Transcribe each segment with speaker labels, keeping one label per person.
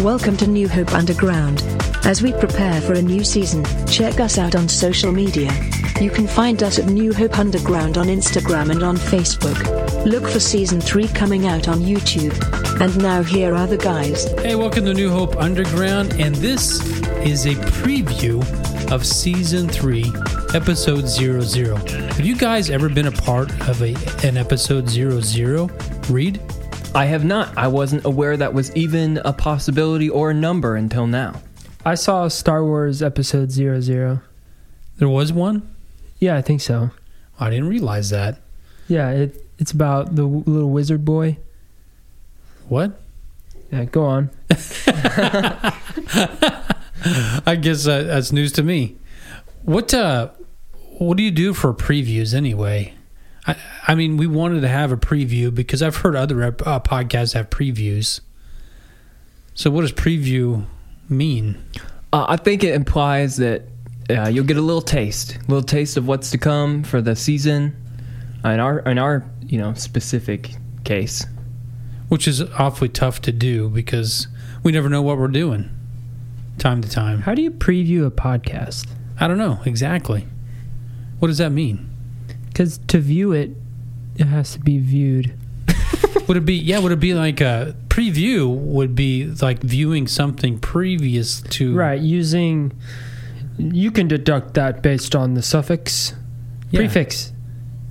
Speaker 1: Welcome to New Hope Underground. As we prepare for a new season, check us out on social media. You can find us at New Hope Underground on Instagram and on Facebook. Look for season 3 coming out on YouTube. And now here are the guys.
Speaker 2: Hey, welcome to New Hope Underground, and this is a preview of season three, episode 00. Have you guys ever been a part of a, an episode 00? Read.
Speaker 3: I have not. I wasn't aware that was even a possibility or a number until now.
Speaker 4: I saw Star Wars Episode Zero Zero.
Speaker 2: There was one?
Speaker 4: Yeah, I think so.
Speaker 2: I didn't realize that.
Speaker 4: Yeah, it it's about the w- little wizard boy.
Speaker 2: What?
Speaker 4: Yeah, go on.
Speaker 2: I guess uh, that's news to me. What uh, what do you do for previews anyway? I, I mean, we wanted to have a preview because I've heard other ep- uh, podcasts have previews. So, what does preview mean?
Speaker 3: Uh, I think it implies that uh, you'll get a little taste, little taste of what's to come for the season. In our in our you know specific case,
Speaker 2: Which is awfully tough to do because we never know what we're doing time to time.
Speaker 4: How do you preview a podcast?
Speaker 2: I don't know exactly. What does that mean?
Speaker 4: Because to view it, it has to be viewed.
Speaker 2: Would it be yeah? Would it be like a preview? Would be like viewing something previous to
Speaker 4: Right, using. You can deduct that based on the suffix,
Speaker 2: Yeah.
Speaker 4: prefix.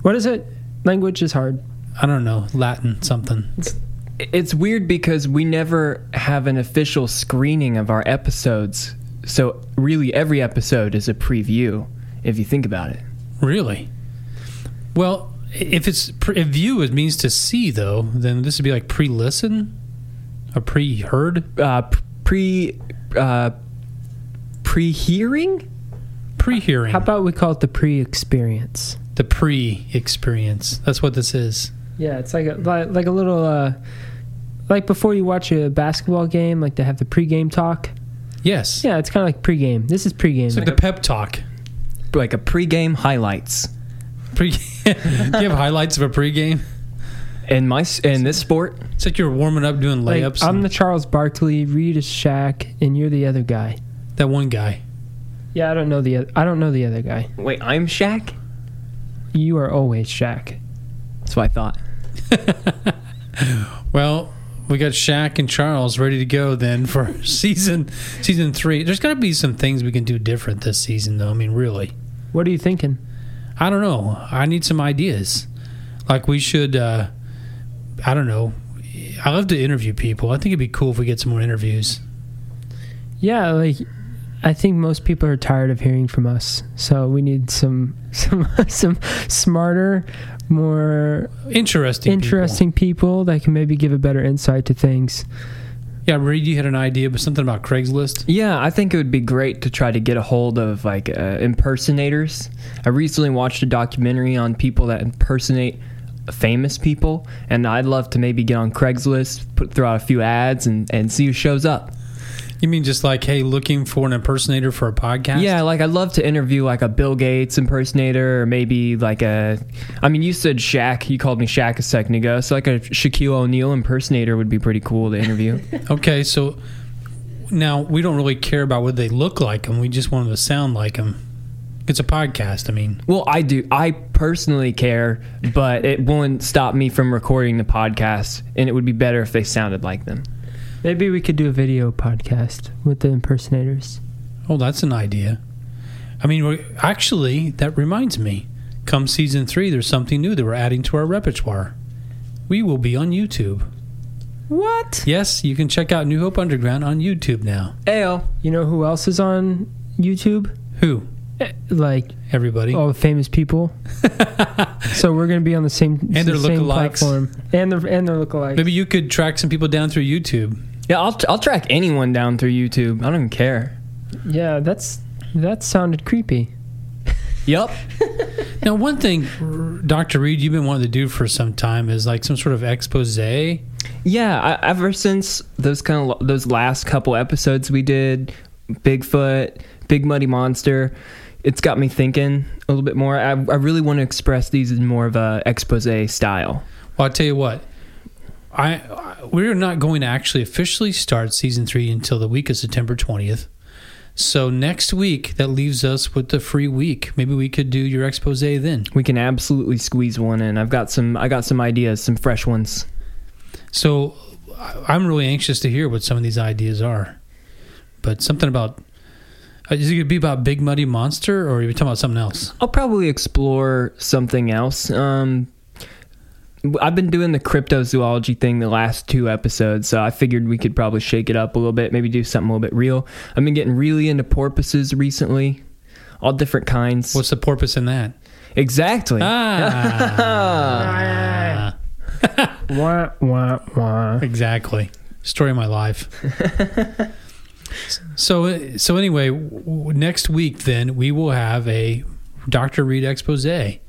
Speaker 4: What is it? Language is hard.
Speaker 2: I don't know Latin something.
Speaker 3: I- it's weird because we never have an official screening of our episodes. So really, every episode is a preview if you think about it.
Speaker 2: Really? Well, if it's pre- if view it means to see though, then this would be like pre-listen or pre-heard,
Speaker 3: Uh, pre uh, pre hearing.
Speaker 2: pre-hearing.
Speaker 4: How about we call it the pre-experience?
Speaker 2: the pre-experience? That's what this is.
Speaker 4: Yeah, it's like a like, like a little uh, like before you watch a basketball game, like they have the pregame talk.
Speaker 2: Yes.
Speaker 4: Yeah, it's kind of like pregame. This is pregame.
Speaker 2: It's like the pep talk.
Speaker 3: like a pregame highlights
Speaker 2: Pre- Do you have highlights of a pregame?
Speaker 3: in my s- in this sport.
Speaker 2: It's like you're warming up doing
Speaker 4: Like,
Speaker 2: layups.
Speaker 4: I'm
Speaker 2: and
Speaker 4: the Charles Barkley, Reed is Shaq, and you're the other guy.
Speaker 2: that one guy.
Speaker 4: Yeah, I don't know the oth- I don't know the other guy.
Speaker 3: Wait, I'm Shaq.
Speaker 4: You are always Shaq.
Speaker 3: That's what I thought.
Speaker 2: Well, we got Shaq and Charles ready to go then for season season three. There's got to be some things we can do different this season, though. I mean, really.
Speaker 4: What are you thinking?
Speaker 2: I don't know. I need some ideas. Like we should. Uh, I don't know. I love to interview people. I think it'd be cool if we get some more interviews.
Speaker 4: Yeah, like I think most people are tired of hearing from us, so we need some some some smarter, more
Speaker 2: Interesting. people.
Speaker 4: interesting people that can maybe give a better insight to things.
Speaker 2: Yeah, Reed, you had an idea, but something about Craigslist.
Speaker 3: Yeah, I think it would be great to try to get a hold of like uh, impersonators. I recently watched a documentary on people that impersonate famous people, and I'd love to maybe get on Craigslist, put throw out a few ads, and and see who shows up.
Speaker 2: You mean just like, hey, looking for an impersonator for a podcast?
Speaker 3: Yeah, like I'd love to interview like a Bill Gates impersonator, or maybe like a. I mean, you said Shaq. You called me Shaq a second ago, so like a Shaquille O'Neal impersonator would be pretty cool to interview.
Speaker 2: Okay, so now we don't really care about what they look like, and we just want them to sound like them. It's a podcast. I mean,
Speaker 3: well, I do. I personally care, but it wouldn't stop me from recording the podcast, and it would be better if they sounded like them.
Speaker 4: Maybe we could do a video podcast with the impersonators.
Speaker 2: oh, that's an idea. I mean, we actually, that reminds me. Come season three, there's something new that we're adding to our repertoire. We will be on YouTube.
Speaker 4: What?
Speaker 2: Yes, you can check out New Hope Underground on YouTube now.
Speaker 3: Ale.
Speaker 4: You know who else is on YouTube?
Speaker 2: Who?
Speaker 4: Eh, Like
Speaker 2: Everybody.
Speaker 4: all the famous people. so we're gonna be on the same
Speaker 2: And their
Speaker 4: the same
Speaker 2: lookalikes.
Speaker 4: platform. And their and their lookalikes.
Speaker 2: Maybe you could track some people down through YouTube.
Speaker 3: Yeah, I'll I'll track anyone down through YouTube. I don't even care.
Speaker 4: Yeah, that's that sounded creepy.
Speaker 3: Yup.
Speaker 2: Now, one thing, Dr. Reed, you've been wanting to do for some time is like some sort of expose.
Speaker 3: Yeah, I, ever since those kind of those last couple episodes we did, Bigfoot, Big Muddy Monster, it's got me thinking. a little bit more. I, I really want to express these in more of a expose style.
Speaker 2: Well, I'll tell you what. I, I we're not going to actually officially start season three until the week of September twentieth. So next week, that leaves us with the free week. Maybe we could do your expose then.
Speaker 3: We can absolutely squeeze one in. I've got some. I got some ideas, some fresh ones.
Speaker 2: So I- I'm really anxious to hear what some of these ideas are. But something about uh, is it going to be about Big Muddy Monster or are you talking about something else?
Speaker 3: I'll probably explore something else. Um, I've been doing the cryptozoology thing the last two episodes, so I figured we could probably shake it up a little bit, maybe do something a little bit real. I've been getting really into porpoises recently, all different kinds.
Speaker 2: What's the porpoise in that?
Speaker 3: exactly.
Speaker 2: Ah.
Speaker 4: Wah, wah, wah.
Speaker 2: exactly. Story of my life. so uh, so anyway, w- w- next week then we will have a Dr. Reed expose. I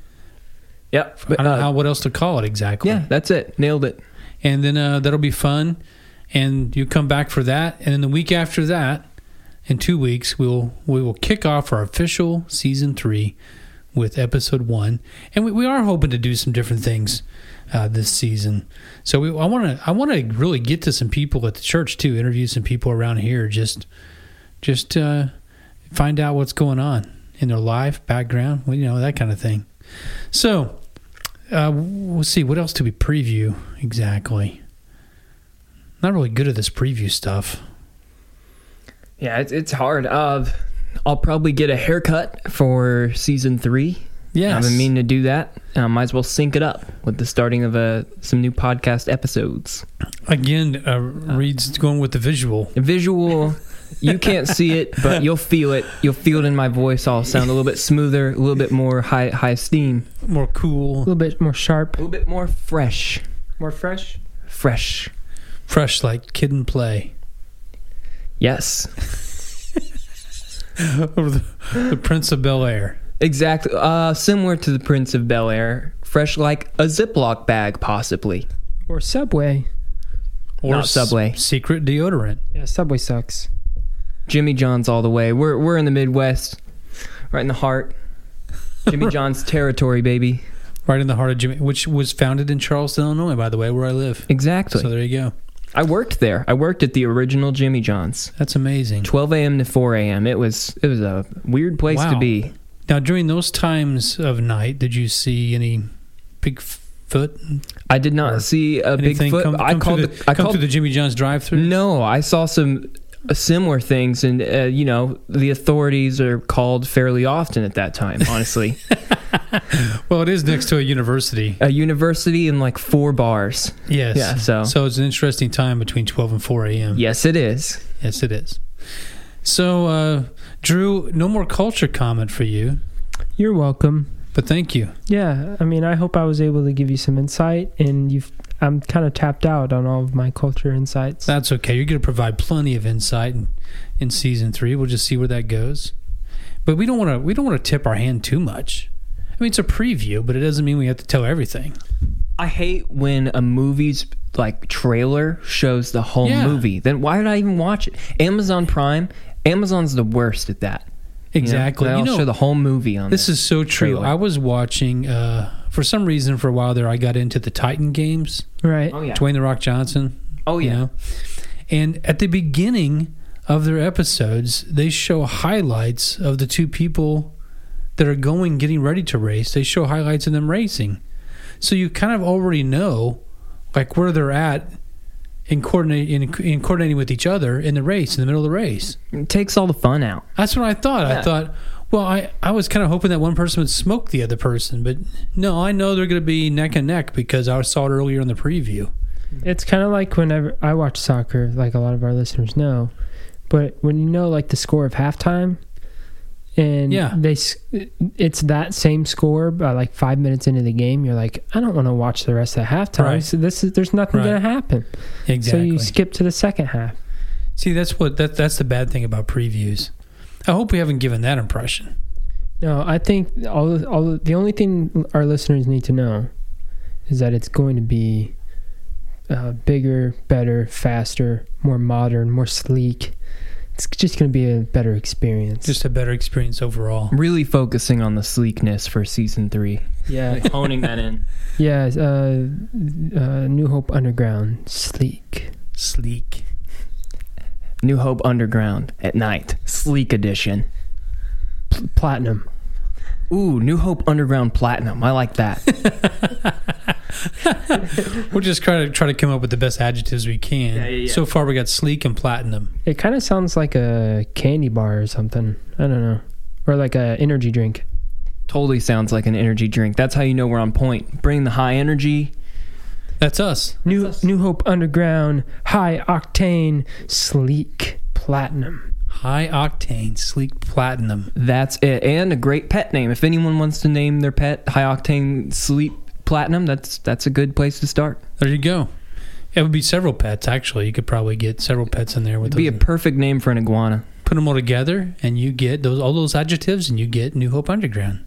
Speaker 3: Yep.
Speaker 2: don't know
Speaker 3: Uh,
Speaker 2: how what else to call it exactly.
Speaker 3: yeah, that's it. Nailed it.
Speaker 2: and then uh, that'll be fun. And you come back for that, and then the week after that, in two weeks, we'll we will kick off our official season three with episode one, and we, we are hoping to do some different things uh, this season. So we, I want to I want to really get to some people at the church too, interview some people around here, just just uh, find out what's going on in their life, background, well, you know that kind of thing. So uh, we'll see. What else do we preview exactly? Not really good at this preview stuff.
Speaker 3: Yeah, it's, it's hard. Uh, I'll probably get a haircut for season three.
Speaker 2: Yes.
Speaker 3: I've been meaning to do that. Uh, might as well sync it up with the starting of uh, some new podcast episodes.
Speaker 2: Again, uh, Reed's going with the visual.
Speaker 3: Visual, you can't see it, but you'll feel it. You'll feel it in my voice. I'll sound a little bit smoother, a little bit more high high esteem,
Speaker 2: More
Speaker 4: A
Speaker 2: cool,
Speaker 4: little bit more sharp.
Speaker 3: a little bit more fresh,
Speaker 4: More fresh.
Speaker 3: fresh.
Speaker 2: fresh like kid and play.
Speaker 3: Yes,
Speaker 2: Or the, the Prince of Bel Air.
Speaker 3: exactly. Uh, similar to the Prince of Bel Air, fresh like a Ziploc bag, possibly.
Speaker 4: Or Subway.
Speaker 2: Or
Speaker 3: Not
Speaker 2: s-
Speaker 3: Subway.
Speaker 2: secret deodorant.
Speaker 4: Yeah, Subway sucks.
Speaker 3: Jimmy John's all the way. We're we're in the Midwest, right in the heart. Jimmy John's territory, baby.
Speaker 2: Right in the heart of Jimmy, which was founded in Charleston, Illinois, by the way, where I live.
Speaker 3: Exactly.
Speaker 2: So there you go.
Speaker 3: I worked there. I worked at the original Jimmy John's.
Speaker 2: That's amazing.
Speaker 3: 12 a.m. to 4 a.m. It was it was a weird place
Speaker 2: Wow.
Speaker 3: to be.
Speaker 2: Now, during those times of night, did you see any Bigfoot?
Speaker 3: I did not
Speaker 2: Or
Speaker 3: see a
Speaker 2: anything
Speaker 3: Bigfoot.
Speaker 2: come,
Speaker 3: I
Speaker 2: come
Speaker 3: called
Speaker 2: through
Speaker 3: the, I
Speaker 2: come
Speaker 3: called
Speaker 2: through the Jimmy John's drive-through?
Speaker 3: No, I saw some uh, similar things and uh, you know, the authorities are called fairly often at that time, honestly.
Speaker 2: Well, it is next to a university.
Speaker 3: a university and like four bars.
Speaker 2: Yes.
Speaker 3: Yeah, so-
Speaker 2: it's an interesting time between 12 and 4 a.m.
Speaker 3: Yes, it is.
Speaker 2: Yes, it is. So, uh, Drew, no more culture comment for you,
Speaker 4: You're welcome.
Speaker 2: but thank you.
Speaker 4: Yeah, I mean, I hope I was able to give you some insight, and you've. I'm kind of tapped out on all of my culture insights.
Speaker 2: That's okay. You're going to provide plenty of insight in, in season three. We'll just see where that goes. But we don't want to. We don't want to tip our hand too much. I mean, it's a preview, but it doesn't mean we have to tell everything.
Speaker 3: I hate when a movie's like trailer shows the whole
Speaker 2: Yeah.
Speaker 3: movie. Then why did I even watch it? Amazon Prime, Amazon's the worst at that. you know?
Speaker 2: Exactly.
Speaker 3: They'll
Speaker 2: You know,
Speaker 3: show the whole movie on
Speaker 2: This
Speaker 3: this.
Speaker 2: is so true.
Speaker 3: trailer.
Speaker 2: I was watching uh, for some reason for a while there. I got into the Titan games.
Speaker 4: right.
Speaker 3: oh yeah.
Speaker 2: Dwayne the Rock Johnson.
Speaker 3: oh
Speaker 2: you
Speaker 3: yeah.
Speaker 2: know? And at the beginning of their episodes, they show highlights of the two people that are going, getting ready to race. They show highlights of them racing. So you kind of already know, like where they're at in coordinate in, in coordinating with each other in the race, in the middle of the race.
Speaker 3: It takes all the fun out.
Speaker 2: That's what I thought. I
Speaker 3: Yeah.
Speaker 2: thought, well, I, I was kind of hoping that one person would smoke the other person, but no, I know they're going to be neck and neck because I saw it earlier in the preview.
Speaker 4: It's kind of like whenever I watch soccer, like a lot of our listeners know, but when you know like the score of halftime, and
Speaker 2: Yeah.
Speaker 4: they s- it's that same score by like five minutes into the game, you're like, I don't want to watch the rest of halftime.
Speaker 2: Right.
Speaker 4: So this is there's nothing
Speaker 2: Right.
Speaker 4: gonna happen.
Speaker 2: Exactly.
Speaker 4: So you skip to the second half.
Speaker 2: See, that's what that that's the bad thing about previews. I hope we haven't given that impression.
Speaker 4: No, I think all all the only thing our listeners need to know is that it's going to be uh, bigger, better, faster, more modern, more sleek, it's just going to be a better experience.
Speaker 2: Just a better experience overall.
Speaker 3: Really focusing on the sleekness for season three.
Speaker 4: yeah,
Speaker 3: honing that in.
Speaker 4: yeah. Uh, uh, New Hope Underground, sleek.
Speaker 2: Sleek.
Speaker 3: New Hope Underground at night, sleek edition.
Speaker 4: Pl- platinum.
Speaker 3: Ooh, New Hope Underground Platinum. I like that.
Speaker 2: We'll just try to try to come up with the best adjectives we can.
Speaker 3: Yeah, yeah, yeah.
Speaker 2: So far, we got sleek and platinum.
Speaker 4: It kind of sounds like a candy bar or something. I don't know. Or like a energy drink.
Speaker 3: totally sounds like an energy drink. That's how you know we're on point. Bring the high energy.
Speaker 2: That's us.
Speaker 4: New New Hope Underground, high octane, sleek, platinum.
Speaker 2: High octane, sleek platinum.
Speaker 3: That's it. And a great pet name. If anyone wants to name their pet High Octane Sleep Platinum, that's that's a good place to start.
Speaker 2: There you go. It would be several pets actually. You could probably get several pets in there with
Speaker 3: It'd be a
Speaker 2: those.
Speaker 3: perfect name for an iguana.
Speaker 2: put them all together, and you get those all those adjectives, and you get New Hope Underground.